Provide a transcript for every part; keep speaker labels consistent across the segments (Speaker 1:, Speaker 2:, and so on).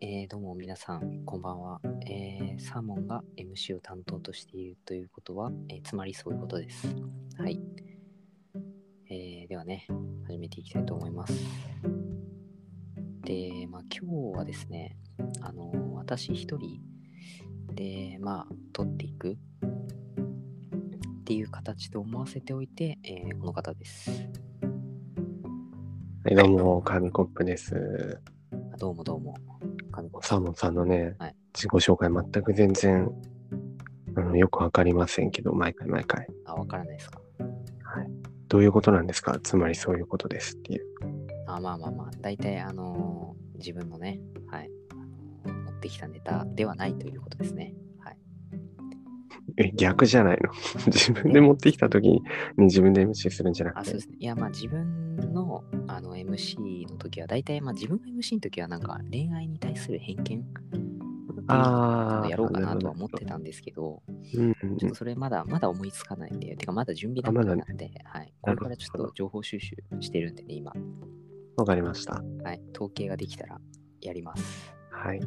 Speaker 1: えーどうも皆さん、こんばんは、えーサーモンが MC を担当としているということは、えーつまりそういうことです。はい。えーではね、始めていきたいと思います。で、まあ今日はですね、あの私一人で、まあ、撮っていくっていう形と思わせておいて、えーこの方です。
Speaker 2: はい、どうも、紙コップです。
Speaker 1: あどうもどうも、神子
Speaker 2: サーモンさんのね、
Speaker 1: はい
Speaker 2: 自己紹介全く全然、あのよくわかりませんけど、毎回毎回。
Speaker 1: あ、わからないですか
Speaker 2: どういうことなんですかつまりそういうことですっていう。
Speaker 1: あまあまあまあ、大体、あのー自分のね、はい、あのー持ってきたネタではないということですね。はい。
Speaker 2: え、逆じゃないの 自分で持ってきた時に自分で MC するんじゃな
Speaker 1: あ、
Speaker 2: く
Speaker 1: そう
Speaker 2: て
Speaker 1: で。すね。いや、まあ自分のあの MC の時は、大体、まあ自分が MC の時は、なんか恋愛に対する偏見
Speaker 2: ああ、
Speaker 1: をやろうかなとは思っ
Speaker 2: な
Speaker 1: て
Speaker 2: る
Speaker 1: たんですけど、
Speaker 2: ほど。うんうん
Speaker 1: ちょっとそれまだまだ思いつかないんで、てかまだ準備段階なんで、はい。これからちょっと情報収集してるんでね、今。
Speaker 2: わかりました。
Speaker 1: はい。統計ができたらやります。
Speaker 2: はい。
Speaker 1: っ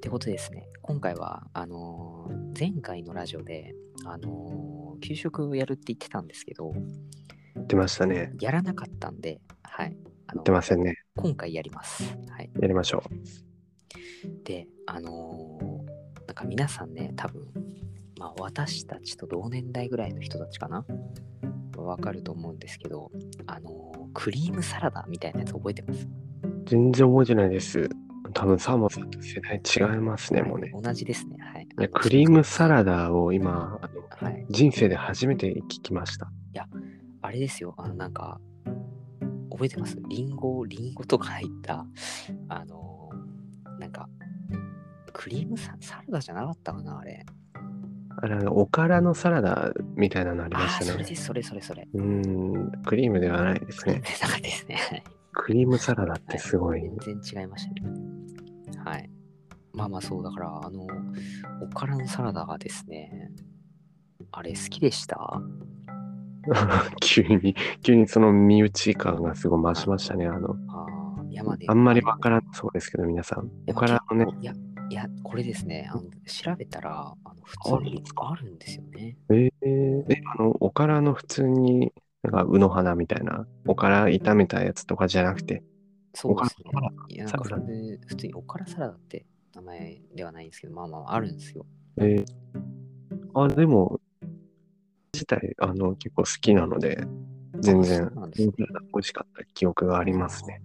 Speaker 1: てことですね。今回は、あのー前回のラジオで、あのー給食をやるって言ってたんですけど、
Speaker 2: 言ってましたね。
Speaker 1: やらなかったんで、はい。あの
Speaker 2: 言ってませんね。
Speaker 1: 今回やります。はい。
Speaker 2: やりましょう。
Speaker 1: で、あのーなんか皆さんね、多分、まあ私たちと同年代ぐらいの人たちかなわかると思うんですけど、あのークリームサラダみたいなやつ覚えてます
Speaker 2: 全然覚えてないです。多分サーモンさんと世代違いますね、もうね。
Speaker 1: 同じですね。はい。
Speaker 2: いやクリームサラダを今、あの
Speaker 1: はい。
Speaker 2: 人生で初めて聞きました。
Speaker 1: あれですよ、あの、なんか、覚えてますリンゴ、リンゴとか入った、あのー、なんか、クリームササラダじゃなかったかな、あれ。
Speaker 2: あれ、あのおからのサラダみたいなのありま
Speaker 1: ああー、
Speaker 2: し
Speaker 1: そ
Speaker 2: た
Speaker 1: れ
Speaker 2: ね。
Speaker 1: です、それそれそれ。
Speaker 2: うーん、クリームではないです
Speaker 1: 全
Speaker 2: ね
Speaker 1: 然。なかったですね。はい
Speaker 2: クリームサラダってすごい。
Speaker 1: 全然違いましたね。はい。まあまあ、そうだから、あの、おからのサラダがですね、あれ好きでした、
Speaker 2: 急に、急にその身内感がすごい増しましたね。あの、
Speaker 1: ああ、いやまあね
Speaker 2: あんまりわからんそうですけど、皆さん。
Speaker 1: でも
Speaker 2: おからのね
Speaker 1: 結構いや、いや、これですね、あの調べたら、あの普
Speaker 2: あ
Speaker 1: 通
Speaker 2: るん
Speaker 1: に
Speaker 2: です
Speaker 1: あるんですよね。
Speaker 2: えー、え、あの、おからの普通に、なんか、うの花みたいな、おから炒めたやつとかじゃなくて、
Speaker 1: そうですね
Speaker 2: おから。
Speaker 1: いやなんか
Speaker 2: サラダ
Speaker 1: 普通普通におからサラダって名前ではないんですけど、まあまああるんですよ。
Speaker 2: えーあ、でも、自体、あの、結構好きなので、全
Speaker 1: あ
Speaker 2: 然
Speaker 1: そうなん、です
Speaker 2: 美
Speaker 1: ね
Speaker 2: 味しかった記憶がありますね。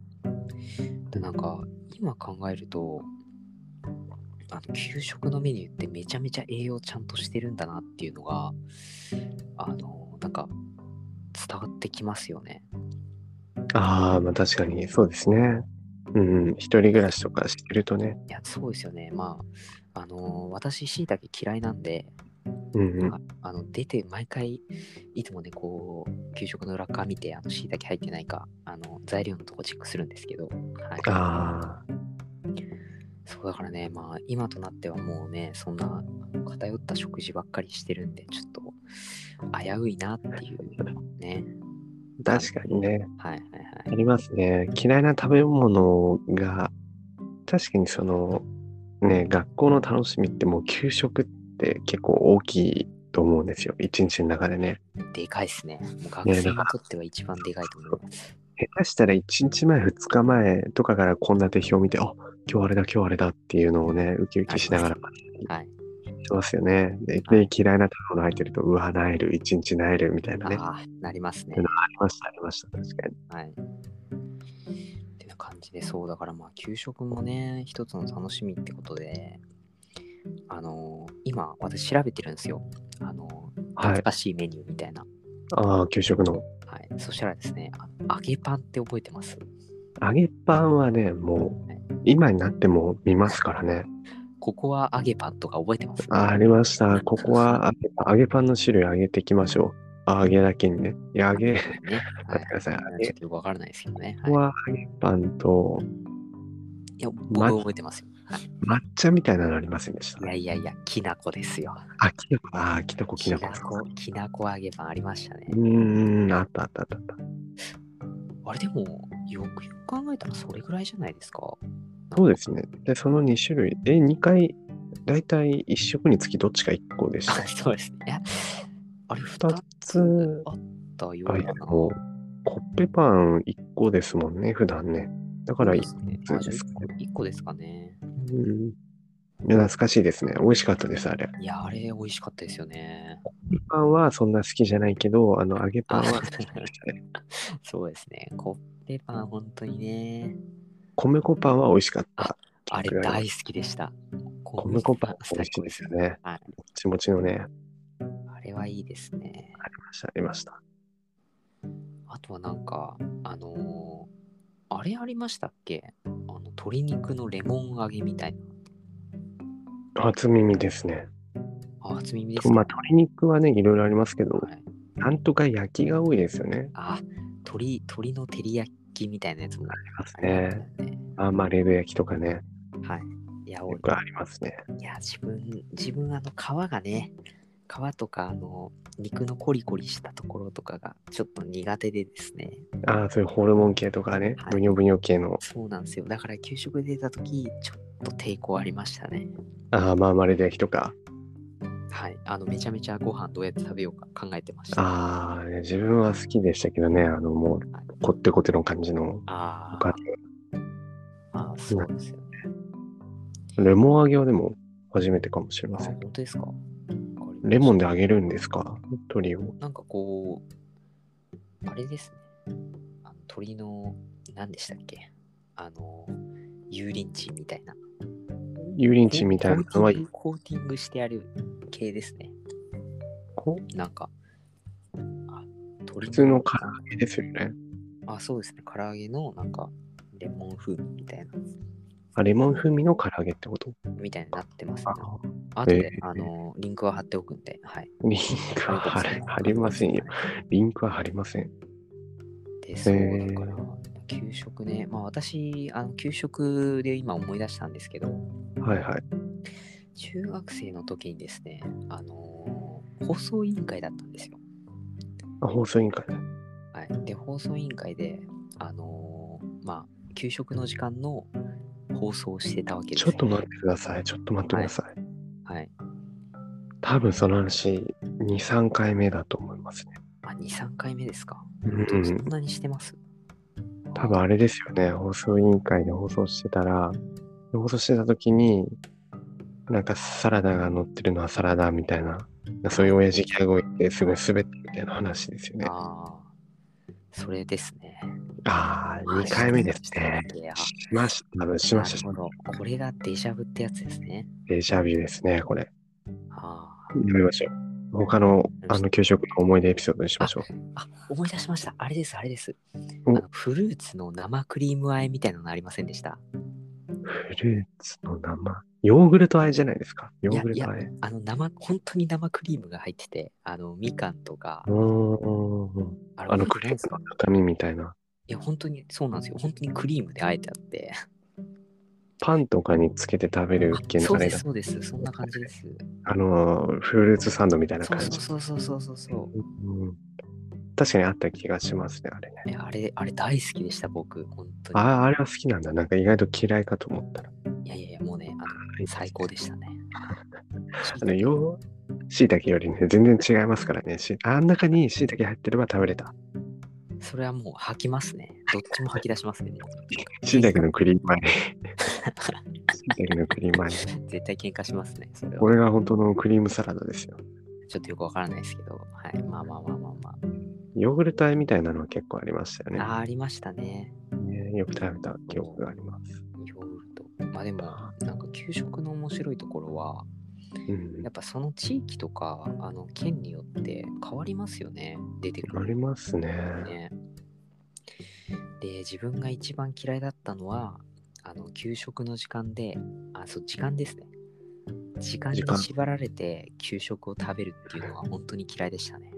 Speaker 1: でなんか今考えると、あの給食のメニューってめちゃめちゃ栄養ちゃんとしてるんだなっていうのが、あの、なんか伝わってきますよね。
Speaker 2: ああ、まあ確かに、そうですね。うん、一人暮らしとかしてるとね。
Speaker 1: いや、そうですよね。まあ、あの、私、しいたけ嫌いなんで、
Speaker 2: うんうん。
Speaker 1: ああの出て毎回いつもねこう給食の裏側見てあの椎茸入ってないかあの材料のとこチェックするんですけど、は
Speaker 2: あ
Speaker 1: い、そうだからねまあ今となってはもうねそんな偏った食事ばっかりしてるんでちょっと危ういなっていうね
Speaker 2: あ、確かにね。
Speaker 1: はいはい
Speaker 2: あ
Speaker 1: はい
Speaker 2: りますね。嫌いな食べ物が、確かにその、ね、学校の楽しみってもう給食って結構大きいと思うんですよ。一日の中でね。
Speaker 1: でかいっすねもう学
Speaker 2: ね
Speaker 1: 生
Speaker 2: だ
Speaker 1: に
Speaker 2: から
Speaker 1: とっては一番でかいと思います
Speaker 2: 下手したら一日前、二日前とかから献立表見て、あ今日あれだ、今日あれだっていうのをね、ウキウキしながら
Speaker 1: はい
Speaker 2: しますよね。で、で嫌いな食べ物入ってると、うわ、なえる、一日なえるみたいなね。あ
Speaker 1: ああなりますね
Speaker 2: りました、ありました、確かに。
Speaker 1: はい。ってな感じで、そう、だからまあ、給食もね、一つの楽しみってことで、あのー今、私調べてるんですよ。あのー
Speaker 2: は
Speaker 1: 懐
Speaker 2: い。
Speaker 1: かしいメニューみたいな。
Speaker 2: ああ、給食の。
Speaker 1: はい。そしたらですね、あ揚げパンって覚えてます
Speaker 2: 揚げパンはね、もう、今になっても見ますからね。
Speaker 1: ここは揚げパンとか覚えてます
Speaker 2: あありました。ここは揚げパン揚げパンの種類上げていきましょう。あ揚げだけにね。いや、揚げ、こ
Speaker 1: ね。はい
Speaker 2: 待ってください揚げ
Speaker 1: ちょっとよくわからないですけどね。
Speaker 2: こ
Speaker 1: はい、
Speaker 2: は揚げパンと、
Speaker 1: いや、僕覚えてますよ。はい
Speaker 2: 抹茶みたいなのありませんでした
Speaker 1: い。やいやいや、きなこですよ。
Speaker 2: あ、きなこ、あー、きなこ、き
Speaker 1: き
Speaker 2: な
Speaker 1: な
Speaker 2: こ。
Speaker 1: こ、きなこ揚げパンありましたね
Speaker 2: う。ーん、あったあったあったあった。
Speaker 1: あれでも、よくよく考えたらそれぐらいじゃないですか。
Speaker 2: そうですね。で、その2種類。え、2回、だいたい1食につきどっちか1個でし
Speaker 1: あ
Speaker 2: た。
Speaker 1: そうですね。いやあれ、
Speaker 2: 二
Speaker 1: 2つ
Speaker 2: つ
Speaker 1: あったよ
Speaker 2: あ、
Speaker 1: う
Speaker 2: い
Speaker 1: な。、
Speaker 2: や
Speaker 1: な
Speaker 2: もう、コッペパン1個ですもんね、普段ね。だから、
Speaker 1: そう
Speaker 2: い
Speaker 1: ですね。
Speaker 2: つ
Speaker 1: あじゃ
Speaker 2: ですか
Speaker 1: あ1個一個ですかね。
Speaker 2: うん、懐かしいですね。美味しかったです、あれ。コ
Speaker 1: いや、あれ、美味しかったですよね。
Speaker 2: ッペパンはそんな好きじゃないけど、あの、揚げパンは
Speaker 1: あ そうですね。コッペパン、本当にね。
Speaker 2: 米粉パンは美味しかった。
Speaker 1: あれ、大好きでした。
Speaker 2: 米粉パン美味しいですよね。
Speaker 1: はい
Speaker 2: もちもちのね、
Speaker 1: あれはいいですね。
Speaker 2: ありました、ありました。
Speaker 1: あとはなんか、あのーあれありましたっけあの鶏肉のレモン揚げみたいな。
Speaker 2: 初耳ですね。
Speaker 1: あ、初耳です
Speaker 2: と
Speaker 1: か、
Speaker 2: まあ、鶏肉はね、いろいろありますけど、
Speaker 1: はい、
Speaker 2: なんとか焼きが多いですよね。
Speaker 1: あ、鶏、鶏の照り焼きみたいなやつもあり
Speaker 2: ます
Speaker 1: ました
Speaker 2: ね。
Speaker 1: ね。
Speaker 2: あまあ、レブ焼きとかね、
Speaker 1: はい。いや、お
Speaker 2: よ
Speaker 1: い
Speaker 2: くありますね。
Speaker 1: や、自分、自分、あの、皮がね、皮とか、あの、肉のコリコリしたところとかが、ちょっと苦手でですね。
Speaker 2: ああ、そういうホルモン系とかね
Speaker 1: はい、
Speaker 2: ブニョブニョ系の、
Speaker 1: そうなんですよ。だから、給食で出たとき、ちょっと抵抗ありましたね。
Speaker 2: ああ、まあ、まあレブ焼きとか。
Speaker 1: はい。あの、めちゃめちゃご飯どうやって食べようか考えてました。
Speaker 2: ああ、ね自分は好きでしたけどね、あの、も、
Speaker 1: はいう
Speaker 2: こってこての感じの。
Speaker 1: あ
Speaker 2: 他
Speaker 1: ーあー、そうですよね。
Speaker 2: レモン揚げはでも、初めてかもしれ
Speaker 1: あ
Speaker 2: ません。
Speaker 1: 本当ですか
Speaker 2: レモン
Speaker 1: で。
Speaker 2: で揚げるんですか鶏を。
Speaker 1: なんかこう、あれですね。あの鳥の、何でしたっけあの、油淋鶏みたいな。
Speaker 2: 油淋鶏みたいなのは、
Speaker 1: コーティングコーティングしてある系ですね。
Speaker 2: こ
Speaker 1: なんか、あ鳥
Speaker 2: 普通の唐揚げですよね。
Speaker 1: あ、そうですね。唐揚げの、なんか、レモン風味みたいな、
Speaker 2: あ、レモン風味の唐揚げってこと
Speaker 1: みたいになってますね。
Speaker 2: あ
Speaker 1: あとで
Speaker 2: え、ー
Speaker 1: あの、リンクは貼っておくんで、はい。
Speaker 2: リンクは貼れ貼りませんよ。リンクは貼りません。
Speaker 1: で、そう
Speaker 2: へー
Speaker 1: だから、給食ね、まあ私、あの給食で今思い出したんですけど、
Speaker 2: はいはい。
Speaker 1: 中学生の時にですね、あのー放送委員会だったんですよ。
Speaker 2: あ放送委員会ね。
Speaker 1: はい、で、放送委員会で、あのーまあ、給食の時間の放送をしてたわけです
Speaker 2: ち
Speaker 1: よ
Speaker 2: ょっと待ってください。ちょっと待ってください。
Speaker 1: はい。
Speaker 2: 多分その話、2、3回目だと思いますね。
Speaker 1: あ、2、3回目ですか。
Speaker 2: うん
Speaker 1: そんなにしてます
Speaker 2: 多分あれですよね、放送委員会で放送してたら、放送してた時に、なんかサラダが乗ってるのはサラダみたいな、そういう親父ギャグを言って、すごい滑ってみたいな話ですよね。
Speaker 1: ああ、それですね。
Speaker 2: ああ、2回目ですね。
Speaker 1: いや
Speaker 2: しました、多分し
Speaker 1: な
Speaker 2: まし
Speaker 1: る
Speaker 2: た。
Speaker 1: ほど。これがデジャブってやつですね。
Speaker 2: デジャビューですね、これ。や
Speaker 1: ああ。
Speaker 2: めましょう。他の、あの、給食の思い出エピソードにしましょう。
Speaker 1: あ思い出しました。あれです、あれです。あ
Speaker 2: お
Speaker 1: のフルーツの生クリーム和えみたいなのありませんでした
Speaker 2: フルーツの生。ヨーグルト和えじゃないですか。ヨーグルト和
Speaker 1: い
Speaker 2: え。
Speaker 1: あの生、本当に生クリームが入ってて、あの、みかんとか
Speaker 2: う、ーん。
Speaker 1: あ
Speaker 2: あ
Speaker 1: 本
Speaker 2: の、ク
Speaker 1: 当
Speaker 2: レー
Speaker 1: に
Speaker 2: プの中身みたいな。
Speaker 1: いや、本当にそうなんですよ。本当にクリームで和えてあって。
Speaker 2: パンとかにつけて食べる系
Speaker 1: あ
Speaker 2: の
Speaker 1: そ
Speaker 2: あ
Speaker 1: う
Speaker 2: れ
Speaker 1: で
Speaker 2: が
Speaker 1: す、、そうです。そんな感じです。
Speaker 2: あのー、フルーツサンドみたいな
Speaker 1: そう
Speaker 2: 感じ。
Speaker 1: そうそうそうそうそうそ
Speaker 2: うん確かにあった気がしますね、あれね。
Speaker 1: う。いや、あれ、あれ大好きでした、僕。本当に。
Speaker 2: ああ、あれは好きなんだ。なんか意外と嫌いかと思ったら。
Speaker 1: いやいやいや、もうね、あの最高でしたね。
Speaker 2: あの、よう、しいたけよりね、全然違いますからね。しあん中にしいたけ入ってれば食べれた。
Speaker 1: それはもう吐きますね。どっちも吐き出しますね。
Speaker 2: しいたけのクリー ムあれ。しいたけのクリームあれ。
Speaker 1: 絶対喧嘩しますね。それは。
Speaker 2: これが本当のクリームサラダですよ。
Speaker 1: ちょっとよくわからないですけど、はい、まあまあまあまあま
Speaker 2: ヨーグルト和えみたいなのは結構ありましたよ
Speaker 1: あ。
Speaker 2: ね。
Speaker 1: あーありましたね。
Speaker 2: ねよく食べた記憶があります。
Speaker 1: ヨーグルト。まあでも、なんか給食の面白いところは、
Speaker 2: うん
Speaker 1: やっ。ぱその地域とか、あの県によって変わりますよね。出てく
Speaker 2: あり
Speaker 1: る。
Speaker 2: ますね。
Speaker 1: ね。で、自分が一番嫌いだったのは、あの給食の時間で、あ、そう、時間ですね。時間に
Speaker 2: 時間
Speaker 1: 縛られて給食を食べるっていうのは本当に嫌いでしたね。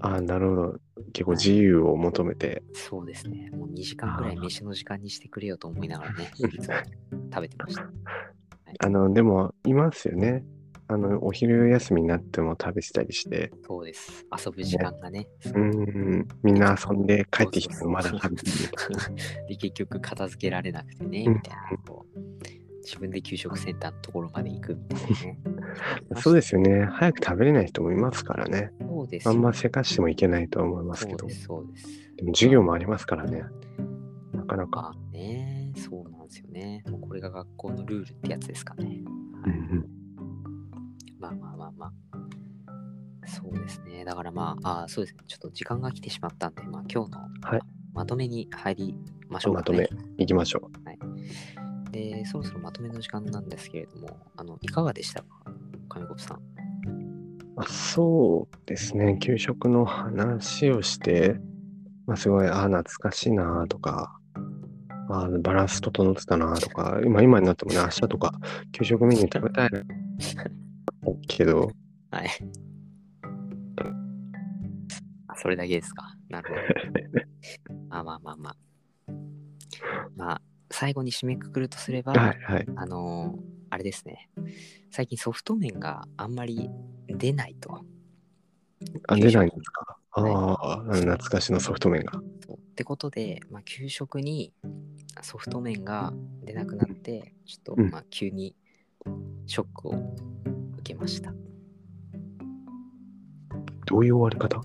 Speaker 2: あなるほど。結構
Speaker 1: はい
Speaker 2: 自由を求めて、
Speaker 1: そうですね。もう2時間ぐらい
Speaker 2: あー
Speaker 1: 飯の時間にしてくれよと思いながらね、いつも食べてました。
Speaker 2: あの、でも、いますよね。あの、お昼休みになっても食べてたりして、
Speaker 1: そうです。遊ぶ時間がね。
Speaker 2: うん、みんな遊んで帰ってきて
Speaker 1: そうそうそう
Speaker 2: もまだ食べてる。
Speaker 1: で、結局片付けられなくてね、
Speaker 2: うん。
Speaker 1: みたいな。こう自分で給食センターのところまで行くみたいなね
Speaker 2: そうですよね。早く食べれない人もいますからね。
Speaker 1: そうです
Speaker 2: あ
Speaker 1: よ。
Speaker 2: んませかしてもいけないとは思いますけ
Speaker 1: そ
Speaker 2: ど
Speaker 1: うで。す、そうです。
Speaker 2: でも授業もありますからね。なかなか。
Speaker 1: まあね、そうなんですよね。もうこれが学校のルールってやつですかね。
Speaker 2: う
Speaker 1: は
Speaker 2: ん
Speaker 1: い
Speaker 2: うん
Speaker 1: まあまあまあまあ。そうですね。だからまあ、あーそうですね。ちょっと時間が来てしまったんで、まあ今日の、
Speaker 2: はい
Speaker 1: まとめに入りましょうか、ね。
Speaker 2: まとめ。行きましょう。
Speaker 1: で、そろそろまとめの時間なんですけれども、あの、いかがでしたか上国さん。
Speaker 2: あそうですね。給食の話をして、まあ、すごい、ああ、懐かしいなとか、ああ、バランス整ってたなとか、今、今になってもね、明日とか、給食メニュー食べたいな。けど、
Speaker 1: はい。あそれだけですか。なるほ ど。まあまあまあまあ。まあ、最後に締めくくるとすれば、
Speaker 2: はいはい。
Speaker 1: あのーあれですね。最近ソフト面があんまり出ないと。
Speaker 2: あ、出ないんですか。あ
Speaker 1: はい
Speaker 2: あ、あの懐かしのソフト麺が。
Speaker 1: そうってことで、まあ、給食にソフト面が出なくなって、ちょっと、
Speaker 2: うん
Speaker 1: まあ、急にショックを受けました。
Speaker 2: どういう終わり方